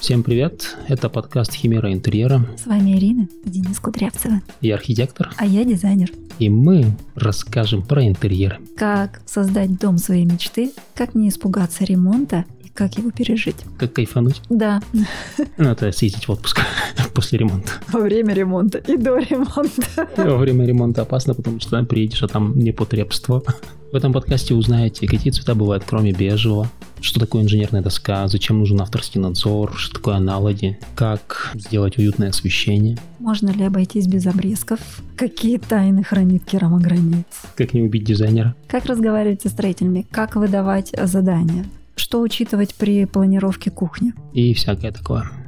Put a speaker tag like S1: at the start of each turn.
S1: Всем привет, это подкаст «Химера интерьера».
S2: С вами Ирина и Денис Кудрявцева.
S1: Я архитектор,
S2: А я дизайнер.
S1: и мы расскажем про интерьеры.
S2: Как создать дом своей мечты, как не испугаться ремонта и как его пережить.
S1: Как кайфануть?
S2: Да,
S1: Ну, это съездить в отпуск после ремонта.
S2: во время ремонта и до ремонта.
S1: Во время ремонта опасно, потому что приедешь, а там непотребство. В этом подкасте узнаете, какие цвета бывают, кроме бежевого, что такое инженерная доска, зачем нужен авторский надзор, что такое аналоги, как сделать уютное освещение,
S2: Можно ли обойтись без обрезков? Какие тайны хранит керамогранит?
S1: как не убить дизайнера.
S2: Как разговаривать со строителями? Как выдавать задания? Что учитывать при планировке кухни?
S1: и всякое такое.